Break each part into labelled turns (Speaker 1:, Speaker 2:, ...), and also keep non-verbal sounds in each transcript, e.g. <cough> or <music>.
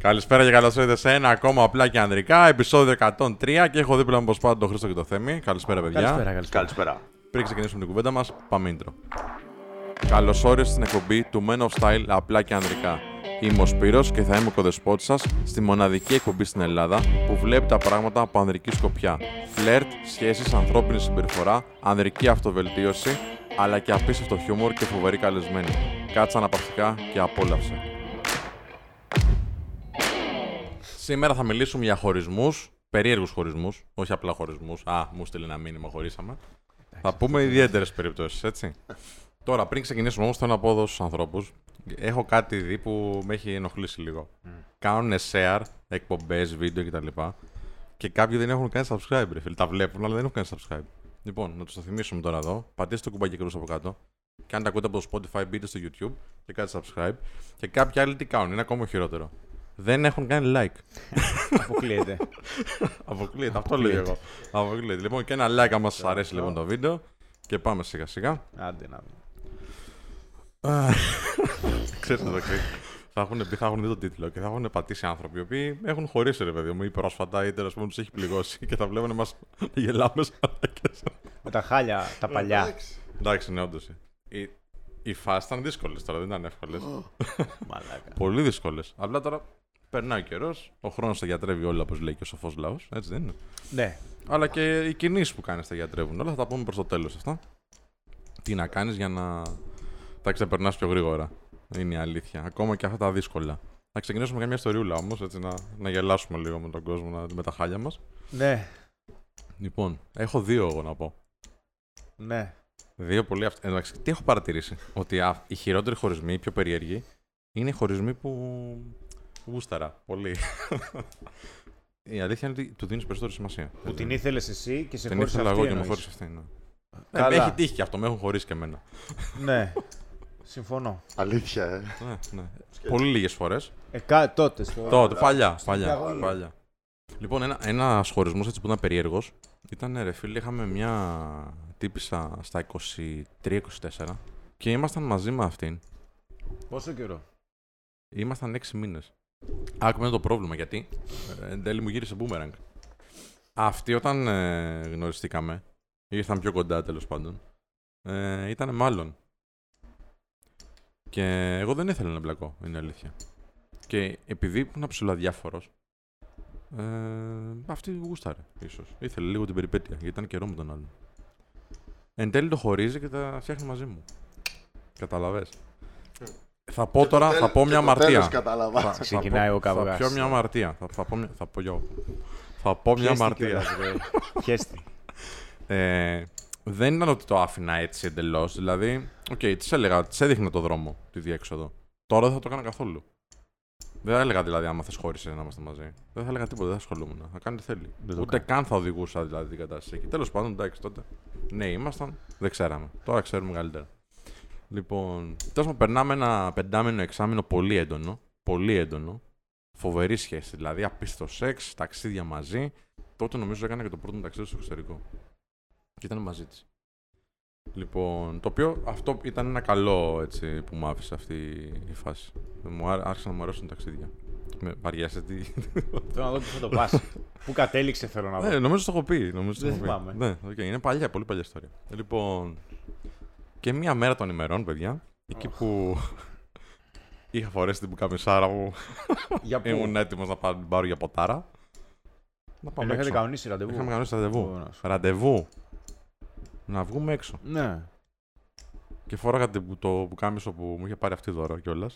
Speaker 1: Καλησπέρα και καλώς ήρθατε σε ένα ακόμα απλά και ανδρικά, επεισόδιο 103 και έχω δίπλα μου πως πάντα τον Χρήστο και τον Θέμη. Καλησπέρα, παιδιά.
Speaker 2: Καλησπέρα, καλησπέρα.
Speaker 3: Καλησπέρα.
Speaker 1: Πριν ξεκινήσουμε την κουβέντα μας, πάμε intro. Καλώς ήρθατε στην εκπομπή του Men of Style απλά και ανδρικά. Είμαι ο Σπύρος και θα είμαι ο κοδεσπότης σας στη μοναδική εκπομπή στην Ελλάδα που βλέπει τα πράγματα από ανδρική σκοπιά. Φλερτ, σχέσεις, ανθρώπινη συμπεριφορά, ανδρική αυτοβελτίωση, αλλά και απίστευτο χιούμορ και φοβερή καλεσμένη. Κάτσε αναπαυτικά και απόλαυσε. Σήμερα θα μιλήσουμε για χωρισμούς, περίεργους χωρισμούς, όχι απλά χωρισμούς. Α, μου στείλει ένα μήνυμα, χωρίσαμε. Θα πούμε ιδιαίτερες περιπτώσεις, έτσι. Τώρα, πριν ξεκινήσουμε όμως, θέλω να πω εδώ στους ανθρώπους. Έχω κάτι δει που με έχει ενοχλήσει λίγο. Κάνουν share, εκπομπές, βίντεο κτλ. Και κάποιοι δεν έχουν κάνει subscribe, ρε φίλε. Τα βλέπουν, αλλά δεν έχουν κάνει subscribe. Λοιπόν, να τους το θυμίσουμε τώρα εδώ. Πατήστε το κουμπάκι κρούς από κάτω. Και αν τα ακούτε από το Spotify, μπείτε στο YouTube και κάντε subscribe. Και κάποιοι άλλοι τι κάνουν, είναι ακόμα χειρότερο. Δεν έχουν κάνει like.
Speaker 2: Αποκλείεται.
Speaker 1: Αποκλείεται, αυτό λέω εγώ. Αποκλείεται. Λοιπόν, και ένα like άμα σας αρέσει λοιπόν το βίντεο. Και πάμε σιγά σιγά.
Speaker 2: Άντε να δούμε.
Speaker 1: Ξέρετε το ξέρεις. Θα έχουν, μπει- θα έχουν δει τον τίτλο και θα έχουν πατήσει άνθρωποι οι οποίοι έχουν χωρίσει, ρε παιδί μου, ή πρόσφατα, ή τέλος πάντων τους έχει πληγώσει και θα βλέπουν μας γελάμε σαν μαλάκες.
Speaker 2: Με τα χάλια, τα παλιά.
Speaker 1: Εντάξει, ναι, όντως. Οι, οι φάσεις ήταν δύσκολες τώρα, δεν ήταν εύκολες.
Speaker 2: Μαλάκα.
Speaker 1: Πολύ δύσκολες. Απλά τώρα περνάει ο καιρός, ο χρόνος τα γιατρεύει όλα, όπως λέει και ο σοφός λαός, έτσι δεν είναι.
Speaker 2: Ναι.
Speaker 1: Αλλά και οι κινήσεις που κάνεις τα γιατρεύουν όλα. Θα τα πούμε προς το τέλος αυτά. Τι να κάνεις για να τα ξεπερνάς πιο γρήγορα. Είναι η αλήθεια. Ακόμα και αυτά τα δύσκολα. Θα ξεκινήσουμε με μια ιστοριούλα όμως, έτσι να, να γελάσουμε λίγο με τον κόσμο, να, με τα χάλια μας.
Speaker 2: Ναι.
Speaker 1: Λοιπόν, έχω δύο εγώ να πω.
Speaker 2: Ναι.
Speaker 1: Δύο πολύ αυτά. Εντάξει, τι έχω παρατηρήσει. Ότι α, οι χειρότεροι χωρισμοί, οι πιο περίεργοι, είναι οι χωρισμοί που. γούσταρα. Πολύ. <laughs> η αλήθεια είναι ότι του δίνεις περισσότερη σημασία.
Speaker 2: Που την ήθελες εσύ και σε
Speaker 1: Την
Speaker 2: χώρισε
Speaker 1: ήθελα
Speaker 2: αυτή.
Speaker 1: εγώ και με
Speaker 2: εννοείς.
Speaker 1: χώρισε αυτή. ναι. Ε, με
Speaker 2: Καλά.
Speaker 1: έχει τύχει και αυτό, με έχουν χωρίσει και εμένα.
Speaker 2: Ναι. Συμφωνώ.
Speaker 3: Αλήθεια, ε.
Speaker 1: Ναι, ναι. Πολύ λίγες φορές.
Speaker 2: Ε, κα- τότε. Στο...
Speaker 1: Τότε, παλιά. παλιά,
Speaker 2: Παγόνα.
Speaker 1: παλιά. Λοιπόν, ένα ένας χωρισμός έτσι που ήταν περίεργος ήταν ρε φίλε, είχαμε μια τύπησα στα 23-24 και ήμασταν μαζί με αυτήν.
Speaker 2: Πόσο καιρό.
Speaker 1: Ήμασταν 6 μήνε. Άκουμε το πρόβλημα γιατί ε, εν τέλει μου γύρισε boomerang. Αυτή όταν ε, γνωριστήκαμε, ήρθαν πιο κοντά τέλος πάντων, ε, ήταν μάλλον. Και εγώ δεν ήθελα να μπλακώ, είναι αλήθεια. Και επειδή ήμουν ψηλά διάφορο, ε, αυτή γούσταρε, ίσως. Ήθελε λίγο την περιπέτεια, γιατί ήταν καιρό με τον άλλον. Εν τέλει το χωρίζει και τα φτιάχνει μαζί μου. Καταλαβες. Θα πω τώρα, θα πω μια αμαρτία.
Speaker 3: Τέλος κατάλαβα.
Speaker 1: Θα-
Speaker 2: Ξεκινάει
Speaker 1: θα πω-
Speaker 2: ο καβγάς.
Speaker 1: Θα πω μια αμαρτία. Θα, θα πω, μια- θα πω, για- θα πω μια αμαρτία.
Speaker 2: Χέστη.
Speaker 1: Ε, δεν ήταν ότι το άφηνα έτσι εντελώς. Δηλαδή, οκ, okay, της έλεγα, της έδειχνα το δρόμο, τη διέξοδο. Τώρα δεν θα το έκανα καθόλου. Δεν θα έλεγα δηλαδή, άμα θες χώρισε να είμαστε μαζί. Δεν θα έλεγα τίποτα, δεν θα ασχολούμουν. Θα κάνει τι θέλει.
Speaker 2: Δεν το
Speaker 1: Ούτε καν θα οδηγούσα δηλαδή την κατάσταση εκεί. Τέλος πάντων, εντάξει τότε. Ναι, ήμασταν, δεν ξέραμε. Τώρα ξέρουμε καλύτερα. Λοιπόν, τέλος πάντων, περνάμε ένα πεντάμινο, εξάμινο πολύ έντονο. Πολύ έντονο. Φοβερή σχέση. Δηλαδή, απίστευτο σεξ, ταξίδια μαζί. Τότε νομίζω έκανα και το πρώτο μου ταξίδι στο εξωτερικό. Και ήταν μαζί της. Λοιπόν, το οποίο αυτό ήταν ένα καλό έτσι, που μου άφησε αυτή η φάση. Μου άρε- άρχισαν να μου αρέσουν τα ταξίδια. Με βαριάσαι τι.
Speaker 2: <laughs> Θέλω να δω πού θα το πας. Πού κατέληξε θέλω να
Speaker 1: Ναι,
Speaker 2: δω.
Speaker 1: νομίζω το έχω πει. Νομίζω το
Speaker 2: Δεν
Speaker 1: έχω πει.
Speaker 2: θυμάμαι.
Speaker 1: Ναι, οκ, είναι παλιά, πολύ παλιά ιστορία. Λοιπόν, και μία μέρα των ημερών, παιδιά, εκεί που <laughs> είχα φορέσει την πουκαμισάρα μου,
Speaker 2: Για πού.
Speaker 1: ήμουν έτοιμος να πάω- την πάρω για ποτάρα. Να
Speaker 2: Ενώ
Speaker 1: πάμε
Speaker 2: Ε, Είχατε
Speaker 1: έξω.
Speaker 2: κανονίσει ραντεβού.
Speaker 1: Είχαμε κανονίσει ραντεβού.
Speaker 2: Μπορώ να σου πω.
Speaker 1: Ραντεβού. Να βγούμε έξω.
Speaker 2: Ναι.
Speaker 1: Και φόραγα την- το πουκάμισο που μου είχε πάρει αυτή δώρο κιόλα.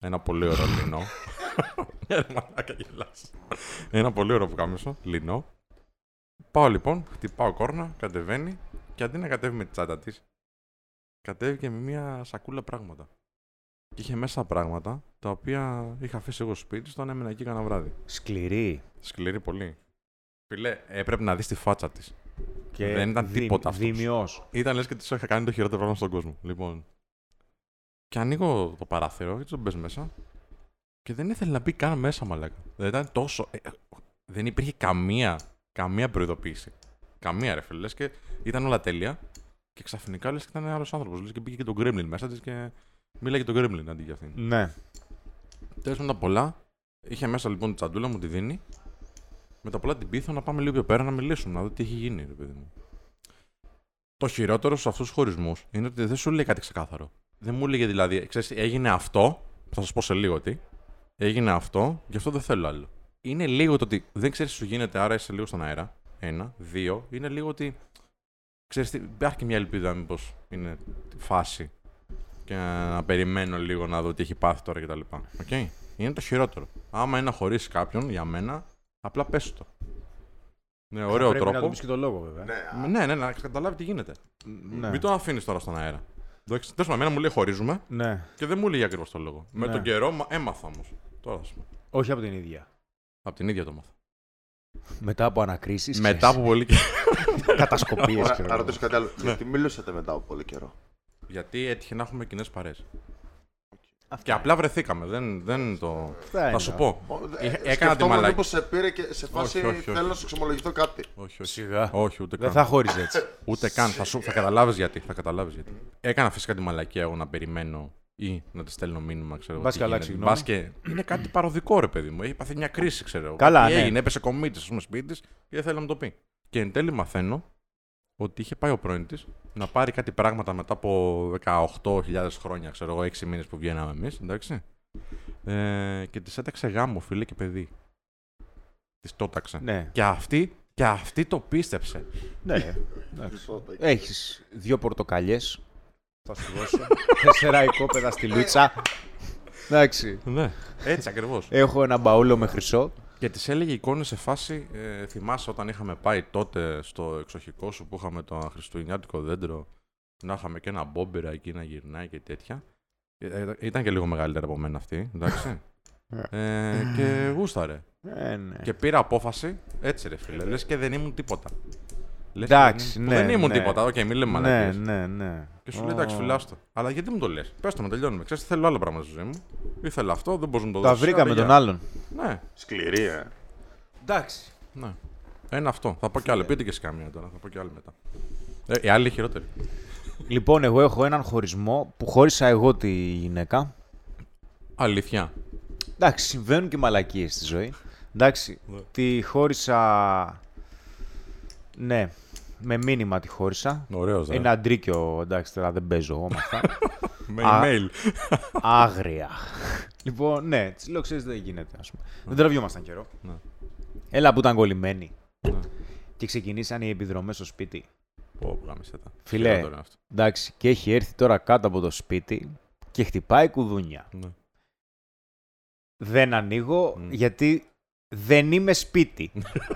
Speaker 1: Ένα πολύ ωραίο λινό. Μια ρε μαλάκα γελάς. Ένα πολύ ωραίο πουκάμισο, λινό. Πάω λοιπόν, χτυπάω κόρνα, κατεβαίνει και αντί να κατέβει με τη τσάντα της, κατέβηκε με μια σακούλα πράγματα. Και είχε μέσα πράγματα τα οποία είχα αφήσει εγώ σπίτι, στον έμενα εκεί κανένα βράδυ.
Speaker 2: Σκληρή.
Speaker 1: Σκληρή πολύ. Φιλέ, έπρεπε να δεις τη φάτσα της.
Speaker 2: Και
Speaker 1: Δεν ήταν
Speaker 2: δι-
Speaker 1: τίποτα αυτός.
Speaker 2: Δημιός.
Speaker 1: Ήταν λες και της είχα κάνει το χειρότερο πράγμα στον κόσμο. Λοιπόν. Και ανοίγω το παράθυρο, έτσι τον μπες μέσα. Και δεν ήθελε να μπει καν μέσα, μαλάκα. Δηλαδή ήταν τόσο. ε, ε, δεν υπήρχε καμία, καμία προειδοποίηση. Καμία ρε φίλε. Λες και ήταν όλα τέλεια. Και ξαφνικά λες και ήταν άλλος άνθρωπος. Λες και μπήκε και τον Gremlin μέσα της και μίλαγε τον Gremlin αντί για αυτήν.
Speaker 2: Ναι.
Speaker 1: Τέλος πάντων τα πολλά, Είχε μέσα λοιπόν τη τσαντούλα μου, τη δίνει. Μετά πολλά την πείθω να πάμε λίγο πιο πέρα να μιλήσουμε, να δω τι έχει γίνει, ρε παιδί μου. Το χειρότερο σε αυτούς τους χωρισμούς είναι ότι δεν σου λέει κάτι ξεκάθαρο. Δεν μου έλεγε δηλαδή, ξέρεις, έγινε αυτό, θα σας πω σε λίγο τι. Έγινε αυτό, γι' αυτό δεν θέλω άλλο. Είναι λίγο το ότι δεν ξέρεις τι σου γίνεται, άρα είσαι λίγο στον αέρα. Ένα. Δύο. Είναι λίγο ότι. Ξέρεις, τι, υπάρχει και μια ελπίδα, μήπως είναι φάση. Και να περιμένω λίγο να δω τι έχει πάθει τώρα κτλ. Okay? Είναι το χειρότερο. Άμα είναι να χωρίσεις κάποιον, για μένα, απλά πες το. Ναι, ωραίο
Speaker 2: Πρέπει να του
Speaker 1: τρόπο.
Speaker 2: πεις και τον λόγο, βέβαια.
Speaker 3: Ναι, α,
Speaker 1: Ναι, ναι, να καταλάβει τι γίνεται.
Speaker 2: Ναι.
Speaker 1: Μην τον αφήνεις τώρα στον αέρα. Εντάξει, τέλος εμένα μου λέει χωρίζουμε
Speaker 2: ναι.
Speaker 1: και δεν μου λέει ακριβώς το λόγο. Με
Speaker 2: Ναι.
Speaker 1: τον καιρό μα- έμαθα όμως. Τώρα θα σου πω.
Speaker 2: Όχι από την ίδια.
Speaker 1: Από την ίδια το μάθα.
Speaker 2: Μετά από ανακρίσεις.
Speaker 1: Μετά από πολύ καιρό.
Speaker 2: κατασκοπίες.
Speaker 3: Ωραία, να ρωτήσω κάτι άλλο. Γιατί μιλούσατε μετά από πολύ καιρό.
Speaker 1: Γιατί έτυχε να έχουμε κοινές παρέ. Και απλά βρεθήκαμε. Δεν, δεν το. Θα σου πω. Είχα- Ε, Έκανα τη μαλακή.
Speaker 3: Μήπω σε πήρε και σε φάση
Speaker 1: Όχι, όχι, όχι.
Speaker 3: θέλω να σου ξεμολογηθώ κάτι.
Speaker 1: Όχι, όχι.
Speaker 2: Σιγά.
Speaker 1: Όχι, ούτε
Speaker 2: Δεν θα
Speaker 1: καν.
Speaker 2: χώριζε έτσι.
Speaker 1: Ούτε καν. Θα, σου... θα καταλάβεις γιατί. Θα καταλάβεις γιατί. Έκανα φυσικά τη μαλακία εγώ να περιμένω ή να τη στέλνω μήνυμα, ξέρω εγώ.
Speaker 2: Μπας
Speaker 1: τι
Speaker 2: και αλλάξει
Speaker 1: γίνεται.
Speaker 2: γνώμη.
Speaker 1: Μπας και... Είναι κάτι παροδικό, ρε παιδί μου. Έχει πάθει μια κρίση, ξέρω εγώ.
Speaker 2: Καλά,
Speaker 1: Κάτι
Speaker 2: ναι.
Speaker 1: Έγινε, έπεσε κομίτη, ας πούμε, σπίτι της και δεν θέλει να μου το πει. Και εν τέλει μαθαίνω ότι είχε πάει ο πρώην της να πάρει κάτι πράγματα μετά από 18.000 χρόνια, ξέρω εγώ, 6 μήνες που βγαίναμε εμείς, εντάξει. Ε, και της έταξε γάμο, φίλε και παιδί. Της το έταξε.
Speaker 2: ναι.
Speaker 1: Και αυτή, και αυτή το πίστεψε.
Speaker 2: ναι.
Speaker 4: Έχεις δύο πορτοκαλιές.
Speaker 2: θα σου δώσω. Τέσσερα οικόπεδα στη Λούτσα.
Speaker 4: Εντάξει.
Speaker 1: Ναι. Έτσι ακριβώς.
Speaker 4: Έχω ένα μπαούλο με χρυσό.
Speaker 1: Και τη έλεγε εικόνες σε φάση. Ε, θυμάσαι όταν είχαμε πάει τότε στο εξοχικό σου που είχαμε το χριστουγεννιάτικο δέντρο. Να είχαμε και ένα μπόμπερα εκεί να γυρνάει και τέτοια. Ε, ε, ήταν και λίγο μεγαλύτερα από μένα αυτή, εντάξει. ε, και γούσταρε.
Speaker 4: Ε, ναι.
Speaker 1: και πήρα απόφαση. Έτσι, ρε φίλε. Λες και δεν ήμουν τίποτα. Λες,
Speaker 2: Εντάξει,
Speaker 1: που
Speaker 2: ναι,
Speaker 1: Δεν ήμουν
Speaker 2: ναι.
Speaker 1: τίποτα. Οκ, μην λέμε
Speaker 2: ναι,
Speaker 1: μαλακίες.
Speaker 2: ναι, ναι.
Speaker 1: Και σου λέει εντάξει, φυλάστο. Αλλά γιατί μου το λες. Πες το με, τελειώνουμε. Ξέρεις, θέλω άλλο πράγμα στη ζωή μου. Ήθελα αυτό, δεν μπορούσα να το
Speaker 4: Τα
Speaker 1: δώσω.
Speaker 4: βρήκαμε
Speaker 1: Άρα,
Speaker 4: τον
Speaker 1: γεια.
Speaker 4: άλλον.
Speaker 1: Ναι,
Speaker 3: Σκληρή, <laughs> ε.
Speaker 2: Εντάξει.
Speaker 1: ναι. Ένα αυτό. Θα πω κι
Speaker 4: Ναι.
Speaker 1: άλλο. Πείτε και σε καμία τώρα. Θα πω κι άλλο μετά. Ε, η άλλη είναι χειρότερη.
Speaker 4: Λοιπόν, εγώ έχω έναν χωρισμό που χώρισα εγώ τη γυναίκα.
Speaker 1: Αλήθεια.
Speaker 4: Εντάξει, συμβαίνουν και μαλακίες στη ζωή. Εντάξει, τη χώρισα. Ναι, με μήνυμα τη χώρισα.
Speaker 1: Ωραίος, δε.
Speaker 4: Ένα αντρίκιο, εντάξει, τώρα δεν παίζω εγώ με αυτά.
Speaker 1: Με
Speaker 4: Α.
Speaker 1: email.
Speaker 4: Άγρια. λοιπόν, ναι, της λέω, ξέρεις, δεν γίνεται, ας πούμε. Δεν τραβιόμασταν καιρό.
Speaker 1: Ναι.
Speaker 4: Έλα που ήταν κολλημένοι. Και ξεκινήσαν οι επιδρομές στο σπίτι.
Speaker 1: Πω, γάμισε τα.
Speaker 4: Φιλέ.
Speaker 1: Χειρότερο είναι αυτό.
Speaker 4: Εντάξει, και έχει έρθει τώρα κάτω από το σπίτι και χτυπάει κουδούνια.
Speaker 1: Ναι.
Speaker 4: Δεν ανοίγω
Speaker 1: Μμ.
Speaker 4: γιατί δεν είμαι σπίτι.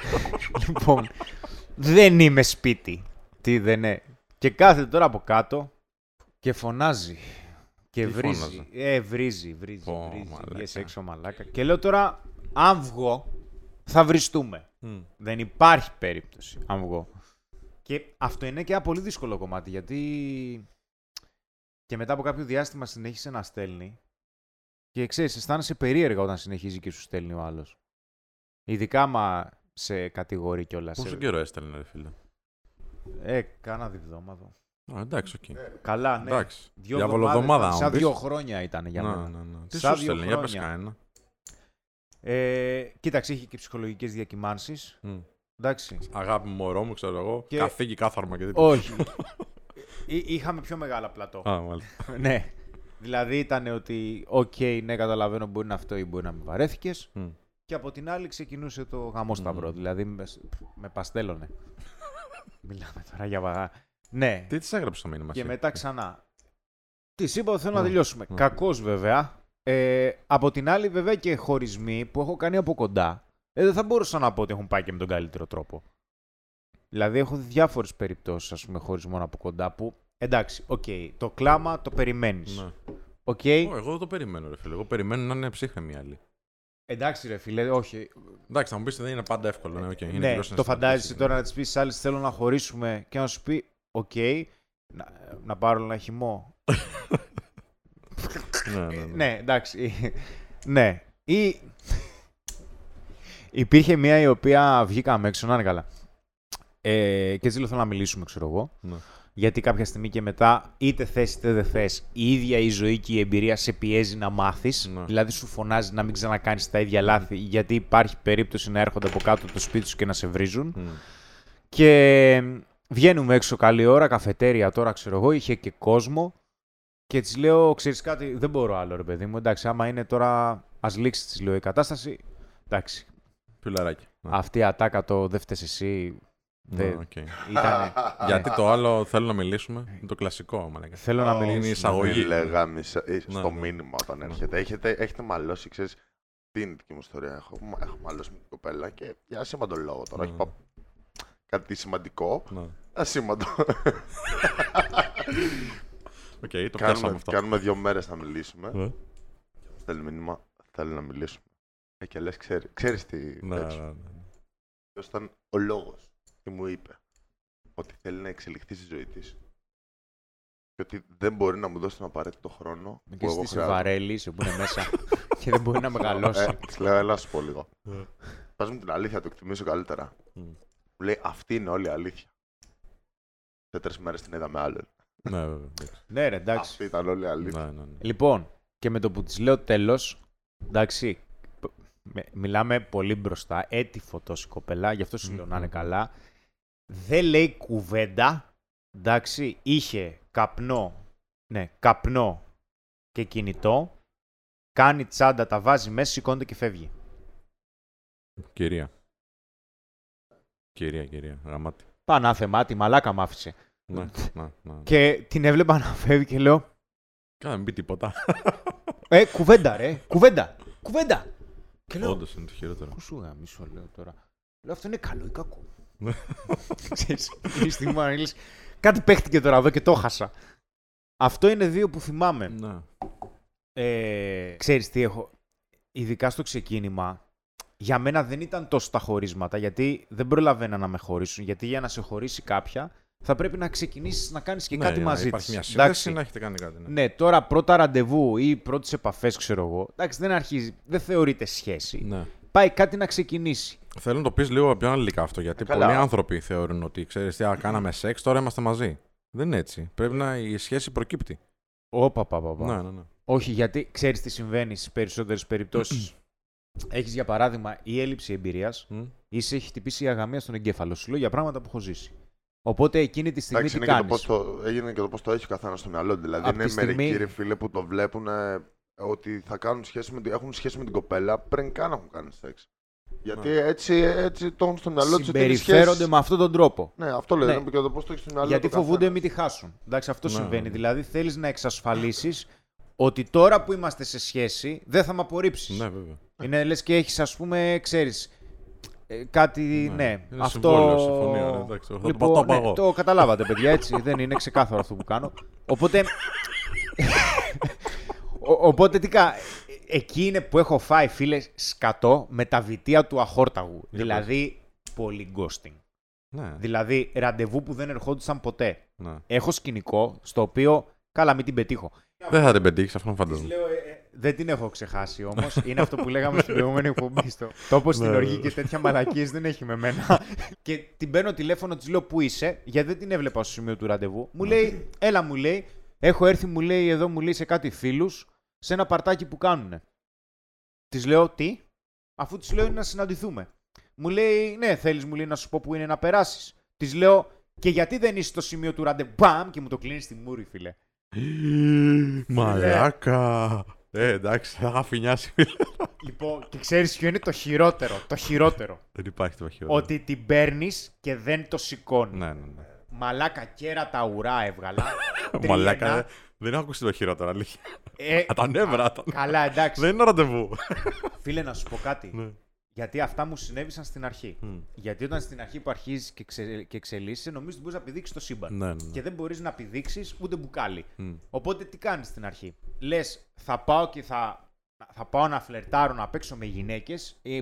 Speaker 4: <laughs> λοιπόν, δεν είμαι σπίτι. Τι δεν είναι. Και κάθεται τώρα από κάτω και φωνάζει. Και
Speaker 1: Τι
Speaker 4: βρίζει.
Speaker 1: φώναζε?
Speaker 4: Ε, βρίζει, βρίζει,
Speaker 1: Πω,
Speaker 4: βρίζει.
Speaker 1: μαλάκα.
Speaker 4: Βγες έξω μαλάκα. Και λέω τώρα, αν βγω, θα βριστούμε.
Speaker 1: Μμ.
Speaker 4: Δεν υπάρχει περίπτωση, αν βγω. Και αυτό είναι και ένα πολύ δύσκολο κομμάτι, γιατί και μετά από κάποιο διάστημα συνέχισε να στέλνει και ξέρεις, αισθάνεσαι περίεργα όταν συνεχίζει και σου στέλνει ο άλλος. Ειδικά άμα σε κατηγορεί κιόλας.
Speaker 1: Πόσο καιρό έστελνε, ρε φίλε.
Speaker 4: Ε, κάνα διβδόμαδο.
Speaker 1: Α, εντάξει, οκ.
Speaker 4: Καλά, ναι.
Speaker 1: Εντάξει.
Speaker 4: Δύο
Speaker 1: διαβολοβδομάδα,
Speaker 4: εβδομάδες,
Speaker 1: αν
Speaker 4: Σαν
Speaker 1: πεις.
Speaker 4: δύο χρόνια ήταν για
Speaker 1: Να,
Speaker 4: μένα.
Speaker 1: ναι, ναι. Τι σου
Speaker 4: Σαν δύο
Speaker 1: έστελνε, για πες
Speaker 4: χρόνια.
Speaker 1: κανένα.
Speaker 4: Ε, κοίταξε, είχε και ψυχολογικές διακυμάνσεις.
Speaker 1: Μμ.
Speaker 4: Εντάξει.
Speaker 1: Αγάπη μου, μωρό μου, ξέρω εγώ.
Speaker 4: Και-
Speaker 1: Καθήκη, κάθαρμα και τίποτα.
Speaker 4: Όχι. Ε, είχαμε πιο μεγάλα πλατό.
Speaker 1: Α, μάλιστα.
Speaker 4: <laughs> ναι. Δηλαδή ήταν ότι, οκ, ναι, καταλαβαίνω, μπορεί να αυτό ή μπορεί να με βαρέθηκες.
Speaker 1: Μμ.
Speaker 4: Και από την άλλη ξεκινούσε το γαμό σταυρό. Δηλαδή με, σ- με <laughs> παστέλωνε. Μιλάμε τώρα για βαρά. Ναι.
Speaker 1: Τι της έγραψε το μήνυμα.
Speaker 4: και
Speaker 1: εσύ?
Speaker 4: μετά ξανά. Τη είπα ότι θέλω να
Speaker 1: Μμ.
Speaker 4: τελειώσουμε.
Speaker 1: Μμ.
Speaker 4: Κακός βέβαια. Ε, από την άλλη, βέβαια και χωρισμοί που έχω κάνει από κοντά, ε, δεν θα μπορούσα να πω ότι έχουν πάει και με τον καλύτερο τρόπο. Δηλαδή, έχω δει διάφορες περιπτώσεις, ας πούμε, χωρισμών από κοντά που. Εντάξει, οκ, το κλάμα το περιμένεις.
Speaker 1: Ναι.
Speaker 4: Οκ.
Speaker 1: Ω, εγώ δεν το περιμένω, ρε φίλε. Εγώ περιμένω να είναι ψύχρεμοι οι άλλοι.
Speaker 4: Εντάξει, ρε φίλε, όχι.
Speaker 1: Εντάξει, θα μου πεις δεν είναι πάντα εύκολο. Ναι, οκ, είναι
Speaker 4: ναι,
Speaker 1: πιο
Speaker 4: το φαντάζεσαι
Speaker 1: συναισθηματικό.
Speaker 4: τώρα να τη πει άλλη: Θέλω να χωρίσουμε και να σου πει: Οκ, να, να πάρω ένα χυμό.
Speaker 1: Ναι, ναι, ναι.
Speaker 4: ναι, εντάξει. <laughs> ναι. Ή... <laughs> Υπήρχε μία η οποία βγήκαμε έξω, να είναι καλά. Ε, και έτσι λέω: Θέλω να μιλήσουμε, ξέρω εγώ.
Speaker 1: Ναι.
Speaker 4: Γιατί κάποια στιγμή και μετά, είτε θες είτε δεν θες, η ίδια η ζωή και η εμπειρία σε πιέζει να μάθεις.
Speaker 1: Ναι.
Speaker 4: Δηλαδή σου φωνάζει να μην ξανακάνεις τα ίδια λάθη, γιατί υπάρχει περίπτωση να έρχονται από κάτω από το σπίτι σου και να σε βρίζουν.
Speaker 1: Ναι.
Speaker 4: Και βγαίνουμε έξω καλή ώρα, καφετέρια τώρα ξέρω εγώ, είχε και κόσμο. Και της λέω, ξέρεις κάτι, δεν μπορώ άλλο ρε παιδί μου. Εντάξει, άμα είναι τώρα, ας λήξει της λέω η κατάσταση. Εντάξει.
Speaker 1: Φιλαράκι. Ναι.
Speaker 4: Αυτή η ατάκα το δεν φταίει εσύ.
Speaker 1: Ναι,
Speaker 4: Δεν...
Speaker 1: οκ. <laughs>
Speaker 4: Ήτανε...
Speaker 1: Γιατί το άλλο θέλω να μιλήσουμε. Είναι το κλασικό, μαλάκα.
Speaker 4: Θέλω να
Speaker 2: Είναι
Speaker 1: Είναι η
Speaker 4: μιλήσω.
Speaker 3: ναι,
Speaker 1: εισαγωγή.
Speaker 3: Λέγαμε ε, στο
Speaker 1: ναι.
Speaker 3: μήνυμα όταν
Speaker 1: Ναι.
Speaker 3: έρχεται. Έχετε, έχετε μαλώσει, ξέρεις. Τι είναι η δική μου ιστορία. Έχω, μα- έχω μαλώσει με την κοπέλα και για ασήμαντο λόγο τώρα.
Speaker 1: Ναι.
Speaker 3: Έχει πα... κάτι σημαντικό.
Speaker 1: Ναι.
Speaker 3: Ασήμαντο.
Speaker 1: Οκ, το πιάσαμε
Speaker 3: κάνουμε,
Speaker 1: αυτό.
Speaker 3: κάνουμε δύο μέρες να μιλήσουμε.
Speaker 4: Ε,
Speaker 1: Ναι.
Speaker 3: Στέλνει μήνυμα. Θέλω να μιλήσουμε. Ε, και λες, ξέρει ξέρεις τι.
Speaker 1: Ναι,
Speaker 3: έτσι.
Speaker 1: ναι, ναι.
Speaker 3: Ποιος ήταν ο λόγος που μου είπε ότι θέλει να εξελιχθεί στη ζωή της. Και ότι δεν μπορεί να μου δώσει τον απαραίτητο χρόνο
Speaker 4: Με
Speaker 3: που
Speaker 4: και
Speaker 3: εγώ
Speaker 4: στη σε
Speaker 3: χρειάζομαι.
Speaker 4: βαρέλη, σε που είναι μέσα <laughs> και δεν μπορεί να
Speaker 3: <laughs>
Speaker 4: μεγαλώσει.
Speaker 3: Ε, της λέω, έλα να σου πω λίγο.
Speaker 4: Ε.
Speaker 1: Ναι.
Speaker 3: Πες μου την αλήθεια, το εκτιμήσω καλύτερα.
Speaker 1: Μμ.
Speaker 3: Μου λέει, αυτή είναι όλη η αλήθεια. Σε τρεις μέρες την είδαμε άλλον.
Speaker 1: Ναι, βέβαια, εντάξει.
Speaker 4: ναι, ρε, εντάξει.
Speaker 3: Αυτή ήταν όλη η αλήθεια.
Speaker 1: Ναι, ναι, ναι.
Speaker 4: Λοιπόν, και με το που της λέω τέλος, εντάξει, π- με- μιλάμε πολύ μπροστά, έτη φωτός η κοπελά, γι' αυτό σου λέω να είναι
Speaker 1: Μμμ.
Speaker 4: καλά. Δεν λέει κουβέντα, εντάξει, είχε καπνό, ναι, καπνό και κινητό, κάνει τσάντα, τα βάζει μέσα, σηκώνεται και φεύγει.
Speaker 1: Κυρία. Κυρία, κυρία. Γαμάτι.
Speaker 4: Πανάθεμά τη, μαλάκα μ' άφησε.
Speaker 1: Ναι, ναι, ναι.
Speaker 4: Και την έβλεπα <laughs> να φεύγει και λέω,
Speaker 1: Κάνα μην πει τίποτα.
Speaker 4: Ε, κουβέντα, ρε. Κουβέντα. Κουβέντα. Και λέω,
Speaker 1: Όντως είναι το χειρότερο.
Speaker 4: «Ακού σου γαμίσω, λέω τώρα. Λέω, αυτό είναι καλό ή
Speaker 1: <laughs>
Speaker 4: κακό.
Speaker 1: Ναι.
Speaker 4: Ξέρεις, εκείνη τη στιγμή μου ανήλυσε, Κάτι παίχτηκε τώρα εδώ και το χάσα. Αυτό είναι δύο που θυμάμαι.
Speaker 1: Ναι.
Speaker 4: Ε, ξέρεις τι έχω. Ειδικά στο ξεκίνημα, για μένα δεν ήταν τόσο τα χωρίσματα, γιατί δεν προλαβαίνα να με χωρίσουν. Γιατί για να σε χωρίσει κάποια, θα πρέπει να ξεκινήσεις να κάνεις και
Speaker 1: Ναι,
Speaker 4: κάτι
Speaker 1: να
Speaker 4: μαζί
Speaker 1: Υπάρχει
Speaker 4: της.
Speaker 1: μια
Speaker 4: Εντάξει.
Speaker 1: σύνδεση να έχετε κάνει κάτι. ναι.
Speaker 4: Ναι, τώρα πρώτα ραντεβού ή πρώτες επαφές, ξέρω εγώ. Εντάξει, δεν αρχίζει, δεν θεωρείται σχέση.
Speaker 1: Ναι.
Speaker 4: Πάει κάτι να ξεκινήσει.
Speaker 1: Θέλω να το πεις λίγο πιο αναλυτικά αυτό. Γιατί
Speaker 3: Καλά.
Speaker 1: πολλοί άνθρωποι θεωρούν ότι ξέρεις τι, α, κάναμε σεξ, τώρα είμαστε μαζί. Δεν είναι έτσι. Πρέπει να η σχέση προκύπτει.
Speaker 4: Όπα, πα, πα, πα.
Speaker 1: Ναι, ναι, ναι.
Speaker 4: Όχι, γιατί ξέρεις τι συμβαίνει στις περισσότερες
Speaker 3: <clears throat>
Speaker 4: περιπτώσεις. έχεις για παράδειγμα η έλλειψη εμπειρίας
Speaker 1: Μμ.
Speaker 4: ή σε έχει χτυπήσει η αγαμία στον εγκέφαλο σου. Λέω για πράγματα που έχω ζήσει. Οπότε εκείνη τη στιγμή
Speaker 3: Εντάξει,
Speaker 4: τι
Speaker 3: είναι και το
Speaker 4: κάνεις.
Speaker 3: πώς το, έγινε και το πώς το έχει ο καθένας στο μυαλό του. Δηλαδή,
Speaker 4: Απ'
Speaker 3: είναι
Speaker 4: τη στιγμή-
Speaker 3: μερικοί ρε φίλε που το βλέπουν ε, ότι θα κάνουν σχέση με, την- έχουν σχέση με την κοπέλα πριν καν έχουν κάνει σεξ. Γιατί έτσι, έτσι το έχουν στο μυαλό τους.
Speaker 4: Ναι. Συμπεριφέρονται με αυτόν τον τρόπο.
Speaker 3: Ναι, αυτό λέω.
Speaker 4: Ναι.
Speaker 3: Είναι και το πώς το έχεις στο μυαλό
Speaker 4: γιατί
Speaker 3: του καθένας.
Speaker 4: φοβούνται μην τη χάσουν. Εντάξει, αυτό
Speaker 1: Ναι,
Speaker 4: συμβαίνει.
Speaker 1: ναι.
Speaker 4: Δηλαδή θέλεις να εξασφαλίσεις ότι τώρα που είμαστε σε σχέση δεν θα με απορρίψεις.
Speaker 1: Ναι, βέβαια.
Speaker 4: Είναι λες και έχεις ας πούμε, ξέρεις, ε, κάτι, ναι,
Speaker 1: Είναι
Speaker 4: αυτό...
Speaker 1: συμβόλαιο, συμφωνία, ναι, εντάξει, θα το
Speaker 4: Λοιπόν,
Speaker 1: πάω, το πάω
Speaker 4: ναι,
Speaker 1: εγώ.
Speaker 4: το καταλάβατε παιδιά, έτσι, δεν είναι ξεκάθαρο αυτό που κάνω. Οπότε, Ο- οπότε τι κα... εκεί είναι που έχω φάει φίλε σκατό με τα βιτία του αχόρταγου, δηλαδή πολύ ghosting.
Speaker 1: Ναι,
Speaker 4: Δηλαδή ραντεβού που δεν ερχόντουσαν ποτέ.
Speaker 1: ναι.
Speaker 4: Έχω σκηνικό στο οποίο, καλά μην την πετύχω,
Speaker 1: Δεν θα την πετύχεις, αυτό
Speaker 4: Της
Speaker 1: φαντάζομαι.
Speaker 4: λέω, ε, ε, δεν την έχω ξεχάσει όμως. Είναι αυτό που λέγαμε <laughs> στην προηγούμενη εκπομπή. Στο τόπο στην
Speaker 1: Ναι,
Speaker 4: οργή
Speaker 1: ναι.
Speaker 4: και τέτοια μαλακίες δεν έχει με μένα. <laughs> και την παίρνω τηλέφωνο, της λέω που είσαι, γιατί δεν την έβλεπα στο σημείο του ραντεβού. Μου λέει, έλα μου λέει, έχω έρθει μου λέει εδώ, μου λέει σε κάτι φίλους, σε ένα παρτάκι που κάνουν. Της λέω τι, αφού της λέω είναι να συναντηθούμε. Μου λέει, ναι, θέλεις μου λέει να σου πω που είναι να περάσεις. Της λέω, και γιατί δεν είσαι στο σημείο του ραντεβού. Μπαμ! Και μου το κλείνεις στη μούρη, φίλε.
Speaker 1: Μαλάκα. Ε, εντάξει, θα αφηνιάσει.
Speaker 4: Λοιπόν, και ξέρεις ποιο είναι το χειρότερο. Το χειρότερο.
Speaker 1: Δεν υπάρχει το χειρότερο.
Speaker 4: ότι την παίρνεις και δεν το σηκώνεις.
Speaker 1: Ναι, ναι, ναι.
Speaker 4: Μαλάκα κέρατα ουρά έβγαλα.
Speaker 1: <laughs>
Speaker 4: Τρίνα.
Speaker 1: Μαλάκα. ε, Δεν έχω ακούσει το χειρότερο, αλήθεια.
Speaker 4: Ε,
Speaker 1: Α, τα νεύρα. τα-
Speaker 4: καλά, εντάξει.
Speaker 1: Δεν είναι ραντεβού.
Speaker 4: Φίλε, να σου πω κάτι.
Speaker 1: Ναι.
Speaker 4: Γιατί αυτά μου συνέβησαν στην αρχή.
Speaker 1: Μμ.
Speaker 4: Γιατί όταν στην αρχή που αρχίζεις και, ξε... και εξελίσσεσαι, νομίζω ότι μπορείς να πηδήξεις το σύμπαν.
Speaker 1: Ναι, ναι, ναι.
Speaker 4: Και δεν μπορείς να πηδήξεις ούτε μπουκάλι.
Speaker 1: Μμ.
Speaker 4: Οπότε τι κάνεις στην αρχή. Λες, θα πάω και θα, θα πάω να φλερτάρω, να παίξω με γυναίκες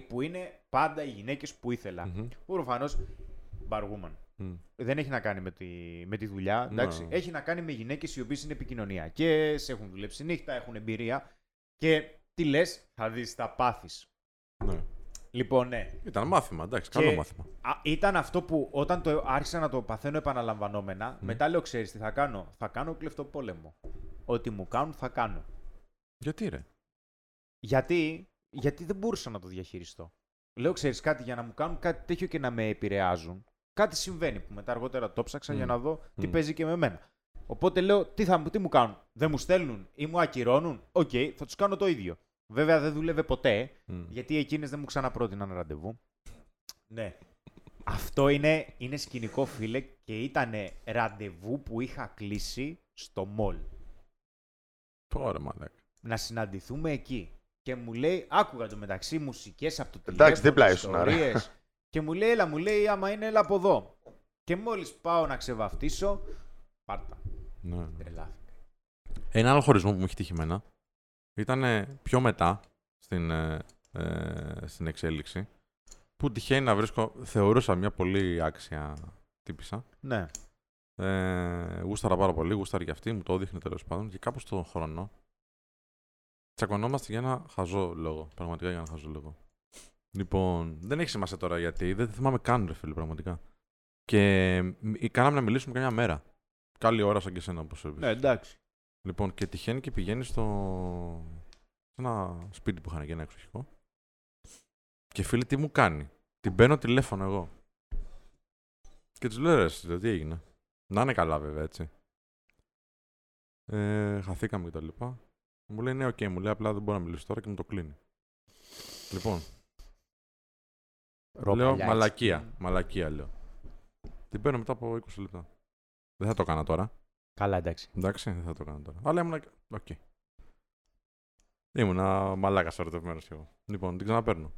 Speaker 4: που είναι πάντα οι γυναίκες που ήθελα.
Speaker 1: Μμμ.
Speaker 4: Που προφανώ μπαργούμαν.
Speaker 1: Μμ.
Speaker 4: Δεν έχει να κάνει με τη, με τη δουλειά. Εντάξει.
Speaker 1: Ναι.
Speaker 4: Έχει να κάνει με γυναίκες οι οποίες είναι επικοινωνιακές, έχουν δουλέψει νύχτα, έχουν εμπειρία. Και τι λες, θα δεις, θα πάθεις.
Speaker 1: Ναι.
Speaker 4: Λοιπόν, ναι.
Speaker 1: Ήταν μάθημα, εντάξει, καλό
Speaker 4: Και-
Speaker 1: μάθημα.
Speaker 4: Α, ήταν αυτό που όταν το άρχισα να το παθαίνω επαναλαμβανόμενα, μετά λέω: Ξέρεις τι θα κάνω. Θα κάνω κλεφτοπόλεμο. Ό,τι μου κάνουν, θα κάνω.
Speaker 1: Γιατί ρε.
Speaker 4: Γιατί, γιατί δεν μπορούσα να το διαχειριστώ. Λέω: Ξέρεις κάτι για να μου κάνουν κάτι τέτοιο και να με επηρεάζουν. Κάτι συμβαίνει που μετά αργότερα το ψάξα
Speaker 1: Μμ.
Speaker 4: για να δω τι
Speaker 1: Μμ.
Speaker 4: παίζει και με μένα. Οπότε λέω: τι, θα, μου- τι μου κάνουν. Δεν μου στέλνουν ή μου ακυρώνουν. Οκ, θα τους κάνω το ίδιο. Βέβαια δεν δούλευε ποτέ.
Speaker 1: Μμ.
Speaker 4: Γιατί εκείνες δεν μου ξαναπρότειναν ραντεβού. Ναι. Αυτό είναι, είναι σκηνικό, φίλε, και ήταν ραντεβού που είχα κλείσει στο μολ.
Speaker 1: Τώρα, μαλάκα.
Speaker 4: Να συναντηθούμε εκεί. Και μου λέει, άκουγα το μεταξύ μουσικές από το τηλέφωνο.
Speaker 3: Εντάξει, δίπλα ήσουν, άρα. <laughs>
Speaker 4: ιστορίες. Και μου λέει, έλα, μου λέει, άμα είναι, έλα από εδώ. Και μόλις πάω να ξεβαφτίσω. Πάρτα.
Speaker 1: Ναι, ναι.
Speaker 4: Τρελάθηκα.
Speaker 1: Ένα άλλο χωρισμό που μου έχει τύχει εμένα ήταν ε, πιο μετά στην, ε, ε, στην εξέλιξη που τυχαίνει να βρίσκω, θεωρούσα μια πολύ άξια τύπησα.
Speaker 4: Ναι.
Speaker 1: Ε, γούσταρα πάρα πολύ, γούσταρε και αυτή, μου το δείχνει τέλος πάντων και κάπου στον χρόνο τσακωνόμαστε για ένα χαζό λόγο. Πραγματικά για ένα χαζό λόγο. Λοιπόν, δεν έχει σημασία τώρα γιατί, δεν θυμάμαι καν ρε φίλε πραγματικά. Και ε, κάναμε να μιλήσουμε καμιά μέρα. Καλή ώρα σαν και σένα όπως είπες.
Speaker 4: Ναι, εντάξει.
Speaker 1: Λοιπόν, και τυχαίνει και πηγαίνει στο. σε ένα σπίτι που είχαν και ένα εξοχικό. Και φίλε, τι μου κάνει. Την παίρνω τηλέφωνο εγώ. Και του λέω ρε, εσύ, τι έγινε. Να είναι καλά, βέβαια, έτσι. Ε, χαθήκαμε και τα λοιπά. Μου λέει ναι, οκ, μου λέει απλά δεν μπορώ να μιλήσω τώρα και μου το κλείνει. Λοιπόν, λέω
Speaker 4: Ροπαλιά,
Speaker 1: μαλακία.
Speaker 4: έτσι.
Speaker 1: Μαλακία λέω. Την παίρνω μετά από 20 λεπτά. Δεν θα το έκανα τώρα.
Speaker 4: Καλά, εντάξει.
Speaker 1: Εντάξει, δεν θα το κάνω τώρα. Αλλά ήμουνα. και- Οκ. Ήμουνα μαλάκας ερωτευμένος κι εγώ. Λοιπόν, την ξαναπαίρνω.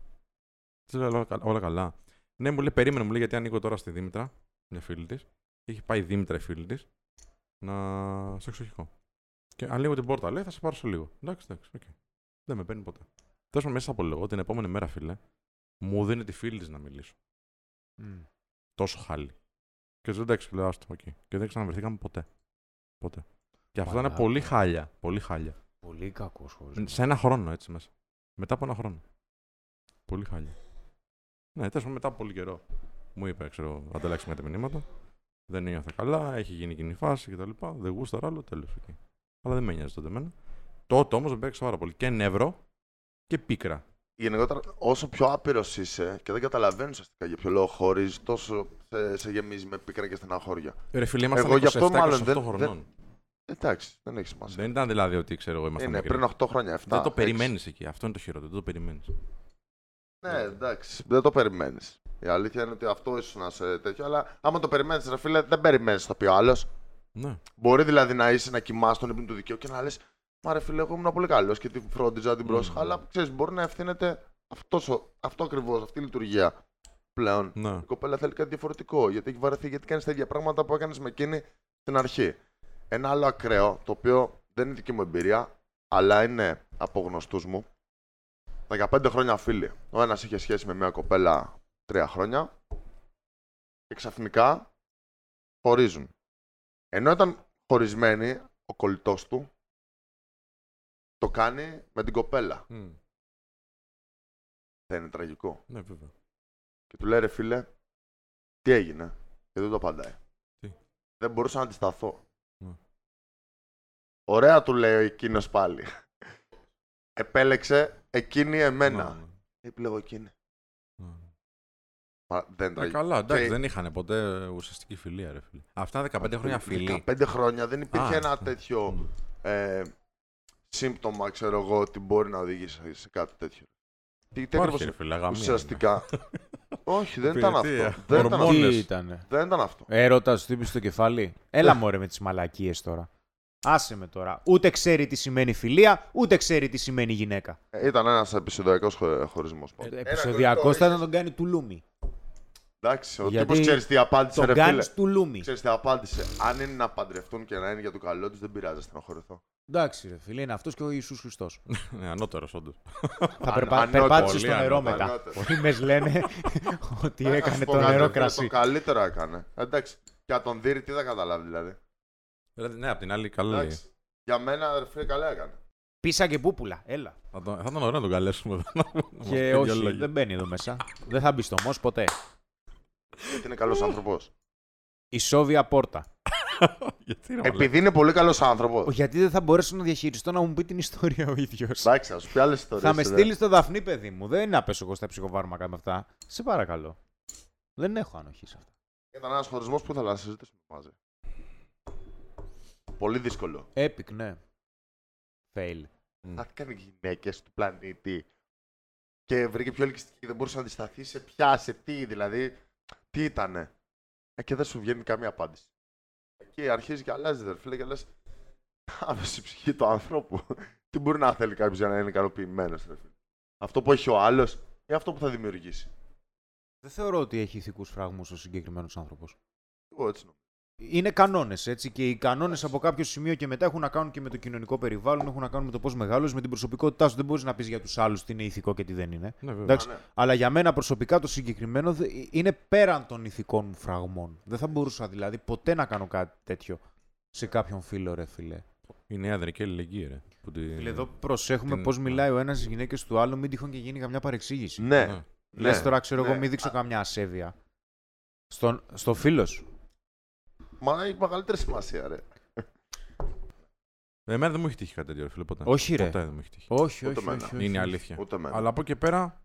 Speaker 1: Της λέω όλα καλά- όλα καλά. Ναι, μου λέει, περίμενε, μου λέει, γιατί ανοίγω τώρα στη Δήμητρα, μια φίλη της. Είχε πάει η Δήμητρα η φίλη της, να... στο εξοχικό. Και ανοίγω την πόρτα, λέει, θα σε πάρω σε λίγο. Εντάξει, εντάξει, οκ. Δεν με παίρνει ποτέ. Τέλος μέσα από λίγο, την επόμενη μέρα, φίλε, μου δίνει τη φίλη τη να μιλήσω. Τόσο χάλι. Και τους λέω, εντάξει, λέω, άστο, οκ. Και δεν ξαναβρεθήκαμε ποτέ. Ποτέ. Και αυτό είναι
Speaker 4: Μαλάκα.
Speaker 1: πολύ χάλια. Πολύ χάλια.
Speaker 4: Πολύ κακός
Speaker 1: Σε ένα χρόνο έτσι μέσα. Μετά από ένα χρόνο. Πολύ χάλια. Ναι, τέλος μετά από πολύ καιρό. Μου είπε, ξέρω, ανταλλάξουμε τα μηνύματα. Δεν νιώθα καλά, έχει γίνει κοινή φάση κτλ. Δεν γούσταρα άλλο, τέλος. Αλλά δεν με νοιάζει τότε εμένα. Τότε όμως με παίξα πάρα πολύ. Και νεύρο και πίκρα.
Speaker 3: Γενικότερα, όσο πιο άπειρος είσαι και δεν καταλαβαίνεις ουσιαστικά για ποιο λόγο χωρί, τόσο σε, σε γεμίζει με πίκρα και στεναχώρια.
Speaker 1: Ρε φίλε, ήμασταν
Speaker 3: Εγώ γι' αυτό
Speaker 1: 27-28
Speaker 3: μάλλον δεν-
Speaker 1: χρονών.
Speaker 3: δεν- Εντάξει, δεν έχει σημασία.
Speaker 1: Δεν ήταν δηλαδή ότι ξέρω εγώ ήμασταν.
Speaker 3: είναι
Speaker 1: μικροί.
Speaker 3: πριν 8 χρόνια, 7.
Speaker 1: Δεν το
Speaker 3: έξι.
Speaker 1: περιμένεις εκεί. Αυτό είναι το χειρότερο. Δεν το περιμένεις.
Speaker 3: Ναι, εντάξει, δεν το περιμένεις. Η αλήθεια είναι ότι αυτό ίσως να σε τέτοιο, αλλά άμα το περιμένεις, ρε φίλε, δεν περιμένεις, θα πει ο άλλος.
Speaker 1: Ναι.
Speaker 3: Μπορεί δηλαδή να είσαι να κοιμάσαι τον ύπνο του δικαίου και να λες: Μα ρε φίλε, εγώ ήμουν πολύ καλός και την φρόντιζα, την
Speaker 1: Mm.
Speaker 3: πρόσεχα. Αλλά ξέρεις, μπορεί να ευθύνεται αυτός, ο- αυτό ακριβώς, αυτή η λειτουργία πλέον.
Speaker 1: ναι.
Speaker 3: Η κοπέλα θέλει κάτι διαφορετικό. Γιατί έχει βαρεθεί, γιατί κάνεις τα ίδια πράγματα που έκανες με εκείνη στην αρχή. Ένα άλλο ακραίο, το οποίο δεν είναι δική μου εμπειρία, αλλά είναι από γνωστούς μου. 15 χρόνια φίλοι. Ο ένας είχε σχέση με μια κοπέλα 3 χρόνια. Και ξαφνικά χωρίζουν. Ενώ ήταν χωρισμένοι, ο κολλητός του το κάνει με την κοπέλα.
Speaker 1: Μμ.
Speaker 3: Δεν είναι τραγικό.
Speaker 1: Ναι, βέβαια.
Speaker 3: Και του λέει ρε φίλε, τι έγινε. Και δεν το απαντάει.
Speaker 1: Τι?
Speaker 3: Δεν μπορούσα να αντισταθώ.
Speaker 1: Ναι.
Speaker 3: Ωραία του λέει εκείνος πάλι. Επέλεξε εκείνη εμένα.
Speaker 1: Ναι, ναι,
Speaker 3: Επιλέγω εκείνη.
Speaker 1: ναι.
Speaker 3: Μα δεν
Speaker 1: Ναι,
Speaker 3: τραγικό.
Speaker 1: καλά, εντάξει,
Speaker 3: Και-
Speaker 1: δεν είχαν ποτέ ουσιαστική φιλία, ρε φίλε. Αυτά 15 χρόνια φιλή.
Speaker 3: 15 χρόνια δεν υπήρχε
Speaker 1: Α,
Speaker 3: ένα
Speaker 1: αυτό. Ναι.
Speaker 3: τέτοιο
Speaker 1: Μμ.
Speaker 3: ε, σύμπτωμα, ξέρω εγώ, ότι μπορεί να οδηγήσει σε κάτι τέτοιο. Τι,
Speaker 1: Όχι,
Speaker 3: τι ακριβώς
Speaker 1: ρε φίλε, αγαμία <laughs>
Speaker 3: ουσιαστικά. Όχι, δεν ήταν
Speaker 1: Υπηρετία.
Speaker 3: αυτό. Δεν ήταν αυτό.
Speaker 1: Ορμόνες.
Speaker 4: Τι ήταν.
Speaker 3: Δεν ήταν αυτό.
Speaker 4: Έρωτας του τύπου στο κεφάλι. Έλα μωρέ με τις μαλακίες τώρα. Άσε με τώρα. Ούτε ξέρει τι σημαίνει φιλία, ούτε ξέρει τι σημαίνει γυναίκα.
Speaker 3: Ε, Ήταν ένας επεισοδιακός χωρισμό.
Speaker 4: Επισοδιακό θα Ε, ήταν να τον κάνει του λούμι.
Speaker 3: Εντάξει, ο
Speaker 4: Γιατί
Speaker 3: τύπος ξέρεις τι απάντησε,
Speaker 4: Τον
Speaker 3: ρε
Speaker 4: κάνεις
Speaker 3: φίλε.
Speaker 4: του λούμι.
Speaker 3: Ξέρεις τι απάντησε. Αν είναι να παντρευτούν και να είναι για το καλό του, δεν πειράζει, στενοχωρηθώ.
Speaker 4: Εντάξει, ρε φίλε, είναι αυτός και ο Ιησούς Χριστός.
Speaker 1: Ναι, ανώτερος, όντως.
Speaker 4: <laughs> θα
Speaker 3: Αν-
Speaker 4: περπα...
Speaker 3: ανώτερο,
Speaker 4: περπάτησε
Speaker 1: πολύ
Speaker 4: στο νερό
Speaker 3: ανώτερο.
Speaker 4: μετά. Πολλοί μες <laughs> λένε ότι
Speaker 3: Να
Speaker 4: έκανε
Speaker 3: σου πω
Speaker 4: το
Speaker 3: κάτι,
Speaker 4: νερό
Speaker 3: φίλε,
Speaker 4: κρασί.
Speaker 3: Το καλύτερο έκανε. Εντάξει. Και αν τον δει, τι θα καταλάβει δηλαδή.
Speaker 1: Ε, Δηλαδή, ναι, απ' την άλλη, καλά λέει.
Speaker 3: Εντάξει. Για μένα, ρε φίλε, καλά έκανε.
Speaker 4: Πίσα και πούπουλα. Έλα.
Speaker 1: Θα, τον, θα ήταν ωραίο να τον καλέσουμε εδώ. να μας πει
Speaker 4: Και
Speaker 1: δύο
Speaker 4: όχι,
Speaker 1: λόγια.
Speaker 4: δεν μπαίνει εδώ μέσα. δεν θα μπει στο μος ποτέ.
Speaker 3: Γιατί είναι
Speaker 4: Ε.
Speaker 3: καλός άνθρωπος.
Speaker 4: Η Σόβια πόρτα.
Speaker 1: <laughs> Γιατί ρε, μαλάκα.
Speaker 3: Επειδή είναι πολύ καλός άνθρωπος.
Speaker 4: Γιατί δεν θα μπορέσω να διαχειριστώ να μου πει την ιστορία ο ίδιος.
Speaker 3: Εντάξει, να σου πει άλλες ιστορίες.
Speaker 4: Θα με στείλει στο Δαφνί, παιδί μου. Δεν είναι να πέσω εγώ στα ψυχοβάρμακα με αυτά. Σε παρακαλώ. Δεν έχω ανοχή σε αυτά.
Speaker 3: Ήταν ένας χωρισμός που ήθελα να συζητήσουμε μαζί. Πολύ δύσκολο.
Speaker 4: Epic, ναι. Fail.
Speaker 3: Θα έκανε γυναίκες του πλανήτη και βρήκε πιο ελκυστική και δεν μπορούσε να αντισταθεί σε ποια, σε τι, δηλαδή. Τι ήτανε. Ε, και δεν σου βγαίνει καμία απάντηση. Εκεί αρχίζει και αλλάζει, δε φίλε, και λες. Άμεση ψυχή του ανθρώπου. τι μπορεί να θέλει κάποιος για να είναι ικανοποιημένος, ρε φίλε. Αυτό που έχει ο άλλος ή αυτό που θα δημιουργήσει.
Speaker 4: Δεν θεωρώ ότι έχει ηθικούς φραγμούς ο συγκεκριμένος άνθρωπος.
Speaker 3: Εγώ έτσι νομίζω.
Speaker 4: Είναι κανόνες, έτσι. Και οι κανόνες από κάποιο σημείο και μετά έχουν να κάνουν και με το κοινωνικό περιβάλλον, έχουν να κάνουν με το πώς μεγάλο, με την προσωπικότητά σου. Δεν μπορείς να πεις για τους άλλους τι είναι ηθικό και τι δεν είναι.
Speaker 1: Ναι, βέβαια.
Speaker 4: Εντάξει,
Speaker 3: Α, ναι.
Speaker 4: Αλλά για μένα προσωπικά το συγκεκριμένο δε- ε, είναι πέραν των ηθικών μου φραγμών. Δεν θα μπορούσα δηλαδή ποτέ να κάνω κάτι τέτοιο σε κάποιον φίλο, ρε φίλε.
Speaker 1: Η νέα αδρική αλληλεγγύη, ρε. Που τη...
Speaker 4: Φίλε, εδώ προσέχουμε
Speaker 1: την-
Speaker 4: πώς μιλάει ο ένας στις γυναίκες του άλλου, μην τυχόν και γίνει καμιά παρεξήγηση.
Speaker 3: Ναι,
Speaker 1: Ναι.
Speaker 3: ναι.
Speaker 4: Λες τώρα, ξέρω εγώ,
Speaker 3: Ναι.
Speaker 4: μην δείξω καμιά ασέβεια. Στον, στο φίλο σου.
Speaker 3: Μα έχει μεγαλύτερη σημασία, ρε.
Speaker 1: Εμένα δεν μου έχει τύχει κάτι τέτοιο, ρε φίλε. Ποτέ.
Speaker 4: Όχι, ρε.
Speaker 1: Ποτέ δεν μου έχει τύχει.
Speaker 4: Όχι,
Speaker 3: Ούτε
Speaker 4: όχι,
Speaker 3: εμένα.
Speaker 4: όχι, όχι.
Speaker 1: Είναι αλήθεια.
Speaker 3: Ούτε εμένα.
Speaker 1: Αλλά από εκεί και πέρα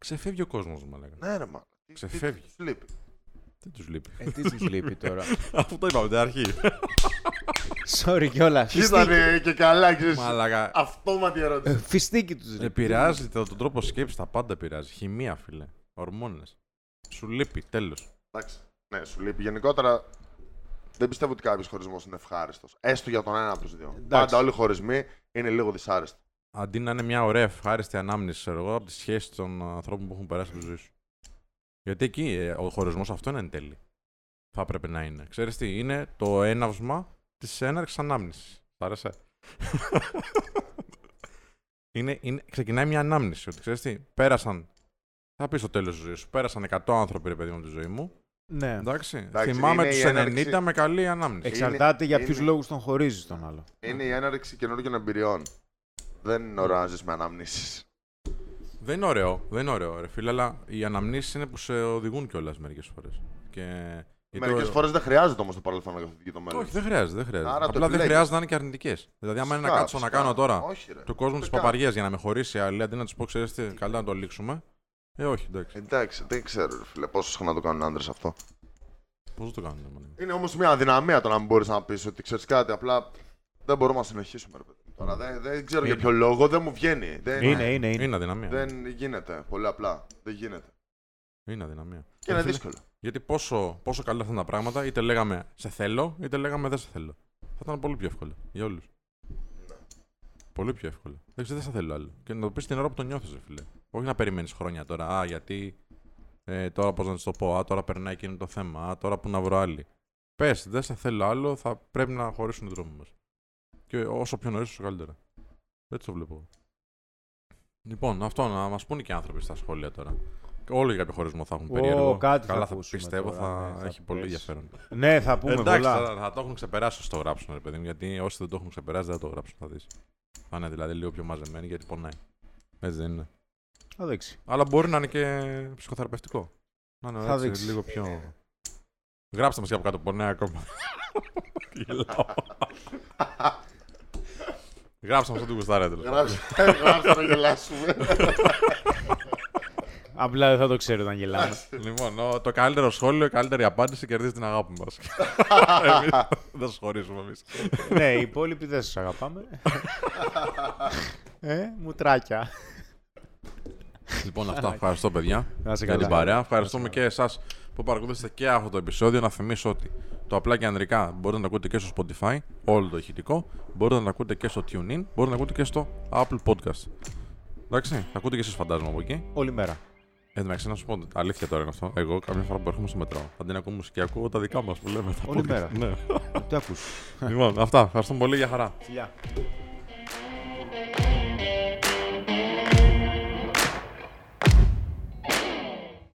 Speaker 1: ξεφεύγει ο κόσμος, μα λέγανε.
Speaker 3: Ναι, ρε, μα. Τι-
Speaker 1: Ξεφεύγει.
Speaker 3: Τι, τι, λείπει.
Speaker 1: Δεν τους λείπει.
Speaker 4: Ε, τι τους λείπει τώρα.
Speaker 1: Αυτό είπαμε την αρχή.
Speaker 4: Sorry κιόλας.
Speaker 3: Ήταν ε, και καλά, ξέρεις.
Speaker 1: Μαλάκα.
Speaker 3: Αυτόματη ερώτηση.
Speaker 4: Ε, Φιστίκι τους
Speaker 1: Ε,
Speaker 4: λείπει.
Speaker 1: Επηρεάζει το- τον τρόπο σκέψης, τα πάντα επηρεάζει. Χημεία, φίλε. Ορμόνες. Σου λείπει, τέλος.
Speaker 3: Εντάξει. Ναι, σου λείπει. Γενικότερα δεν πιστεύω ότι κάποιος χωρισμός είναι ευχάριστος. Έστω για τον ένα από τους δύο. Πάντα όλοι οι χωρισμοί είναι λίγο δυσάρεστοι.
Speaker 1: Αντί να είναι μια ωραία, ευχάριστη ανάμνηση, ξέρω εγώ, από τη σχέση των ανθρώπων που έχουν περάσει από τη ζωή σου. Γιατί εκεί ε, ο χωρισμός αυτό είναι εν τέλει. Θα έπρεπε να είναι. Ξέρεις τι, είναι το έναυσμα της έναρξης ανάμνησης. Σ' άρεσε. <laughs> είναι, είναι, ξεκινάει μια ανάμνηση. Ότι ξέρεις τι, πέρασαν. Θα πεις στο τέλος της ζωής σου. Πέρασαν 100 άνθρωποι, ρε παιδί μου, τη ζωή μου.
Speaker 4: Ναι.
Speaker 1: Εντάξει.
Speaker 3: Εντάξει,
Speaker 1: Θυμάμαι
Speaker 3: είναι
Speaker 1: τους
Speaker 3: η
Speaker 1: 90
Speaker 3: έναρξη.
Speaker 1: με καλή ανάμνηση.
Speaker 4: Εξαρτάται για
Speaker 3: είναι-
Speaker 4: ποιου λόγους τον χωρίζεις τον άλλο.
Speaker 3: Είναι η έναρξη καινούργιων εμπειριών. Δεν είναι ωραία να ζεις με αναμνήσεις.
Speaker 1: Δεν είναι ωραίο, δεν είναι ωραίο, ρε φίλε, αλλά οι αναμνήσεις είναι που σε οδηγούν κιόλας μερικές φορές. Και... γιατί
Speaker 3: Μερικές
Speaker 1: ο-
Speaker 3: φορές δεν χρειάζεται όμως το παρελθόν να καθοδηγεί το μέλλον.
Speaker 1: Όχι, δεν χρειάζεται. Δεν χρειάζεται.
Speaker 3: Άρα το
Speaker 1: Απλά δεν
Speaker 3: επιλέγεις.
Speaker 1: χρειάζεται να είναι και αρνητικές. Δηλαδή, άμα είναι να
Speaker 3: Φυσικά,
Speaker 1: κάτσω να
Speaker 3: φυσικά.
Speaker 1: κάνω τώρα
Speaker 3: Όχι, ρε.
Speaker 1: του κόσμου
Speaker 3: Ούτε
Speaker 1: τι
Speaker 3: καν.
Speaker 1: παπαριές για να με χωρίσει άλλη, αντί να τους πω, ξέρεις τι, καλά να το λήξουμε. Ε, όχι, εντάξει.
Speaker 3: Εντάξει, δεν ξέρω, ρε φίλε, πόσο συχνά το κάνουν άντρες αυτό.
Speaker 1: Πώς δεν το κάνουμε, μάνα.
Speaker 3: Είναι όμως μια αδυναμία το να μην μπορείς να πεις ότι ξέρεις κάτι. Απλά δεν μπορούμε να συνεχίσουμε, ρε παιδί. Τώρα δεν, δεν ξέρω για ποιο λόγο, δεν μου βγαίνει. Δεν,
Speaker 4: Είναι, είναι, είναι.
Speaker 1: Είναι αδυναμία.
Speaker 3: δεν γίνεται. Πολύ απλά. Δεν γίνεται.
Speaker 1: Είναι αδυναμία.
Speaker 3: Και
Speaker 1: Ε,
Speaker 3: είναι
Speaker 1: φίλε,
Speaker 3: δύσκολο.
Speaker 1: Γιατί πόσο, πόσο καλά ήταν τα πράγματα, είτε λέγαμε σε θέλω, είτε λέγαμε δεν σε θέλω. Θα ήταν πολύ πιο εύκολο για όλους. Πολύ πιο εύκολο. Εντάξει, δεν σε θέλω άλλο. Και να το πεις την ώρα που το νιώθεις, ρε φίλε. Όχι να περιμένεις χρόνια τώρα. Α, γιατί. Ε, τώρα πώς να τη το πω. Α, τώρα περνάει εκείνο το θέμα. Α, τώρα που να βρω άλλη. Πες, δεν σε θέλω άλλο. Θα πρέπει να χωρίσουν οι δρόμοι μας. Και όσο πιο νωρίς, όσο καλύτερα. Έτσι το βλέπω. εγώ. Λοιπόν, αυτό να μας πούνε και οι άνθρωποι στα σχόλια τώρα. Όλοι για κάποιο χωρισμό θα έχουν
Speaker 4: Ω,
Speaker 1: περίεργο.
Speaker 4: κάτι θα
Speaker 1: Καλά, θα,
Speaker 4: ακούσουμε
Speaker 1: πιστεύω
Speaker 4: τώρα,
Speaker 1: θα,
Speaker 4: ναι, θα
Speaker 1: έχει πολύ
Speaker 4: πες.
Speaker 1: ενδιαφέρον.
Speaker 4: Ναι, θα πούμε
Speaker 1: Εντάξει,
Speaker 4: πολλά.
Speaker 1: θα, θα το έχουν ξεπεράσει όσο το γράψουν, ρε παιδί μου. Γιατί όσοι δεν το έχουν ξεπεράσει δεν θα το γράψουν, θα δεις. Θα είναι δηλαδή λίγο πιο μαζεμένοι γιατί πονάει. Έτσι δεν είναι.
Speaker 4: Θα δείξει.
Speaker 1: Αλλά μπορεί να είναι και ψυχοθεραπευτικό. Να είναι
Speaker 4: Θα
Speaker 1: έτσι,
Speaker 4: δείξει.
Speaker 1: λίγο πιο. Γράψτε μας και από κάτω, πονάει ακόμα. Γελάω. Γράψτε μας ό,τι γουστάρετε. τέλος πάντων.
Speaker 3: Γράψτε, <laughs> γράψτε να γελάσουμε.
Speaker 4: Απλά δεν θα το ξέρω όταν γελάμε.
Speaker 1: Λοιπόν, ο- το καλύτερο σχόλιο, η καλύτερη απάντηση κερδίζει την αγάπη μας. <laughs> Δεν σα χωρίσουμε εμείς.
Speaker 4: ναι, οι υπόλοιποι δεν σας αγαπάμε. ε, μουτράκια.
Speaker 1: Λοιπόν, αυτά. Ευχαριστώ, παιδιά.
Speaker 4: Να σε
Speaker 1: για την
Speaker 4: καλά.
Speaker 1: παρέα. Ευχαριστούμε και εσάς που παρακολουθήσατε και αυτό το επεισόδιο. Να θυμίσω ότι το απλά και ανδρικά μπορείτε να το ακούτε και στο Spotify, όλο το ηχητικό. Μπορείτε να το ακούτε και στο TuneIn. Μπορείτε να το ακούτε και στο Apple Podcast. Εντάξει, θα ακούτε και εσείς φαντάζομαι από εκεί.
Speaker 4: Όλη μέρα.
Speaker 1: Εν τω μεταξύ, να σου πω αλήθεια τώρα είναι αυτό. Εγώ καμιά φορά που έρχομαι στο μετρό, αντί να ακούω μουσική, ακούω τα δικά μας που λέμε. τα
Speaker 4: Όλη
Speaker 1: podcast.
Speaker 4: μέρα.
Speaker 1: Ναι.
Speaker 4: Τι ακούς.
Speaker 1: λοιπόν, αυτά. Ευχαριστούμε πολύ. Για χαρά.
Speaker 4: Φιλιά.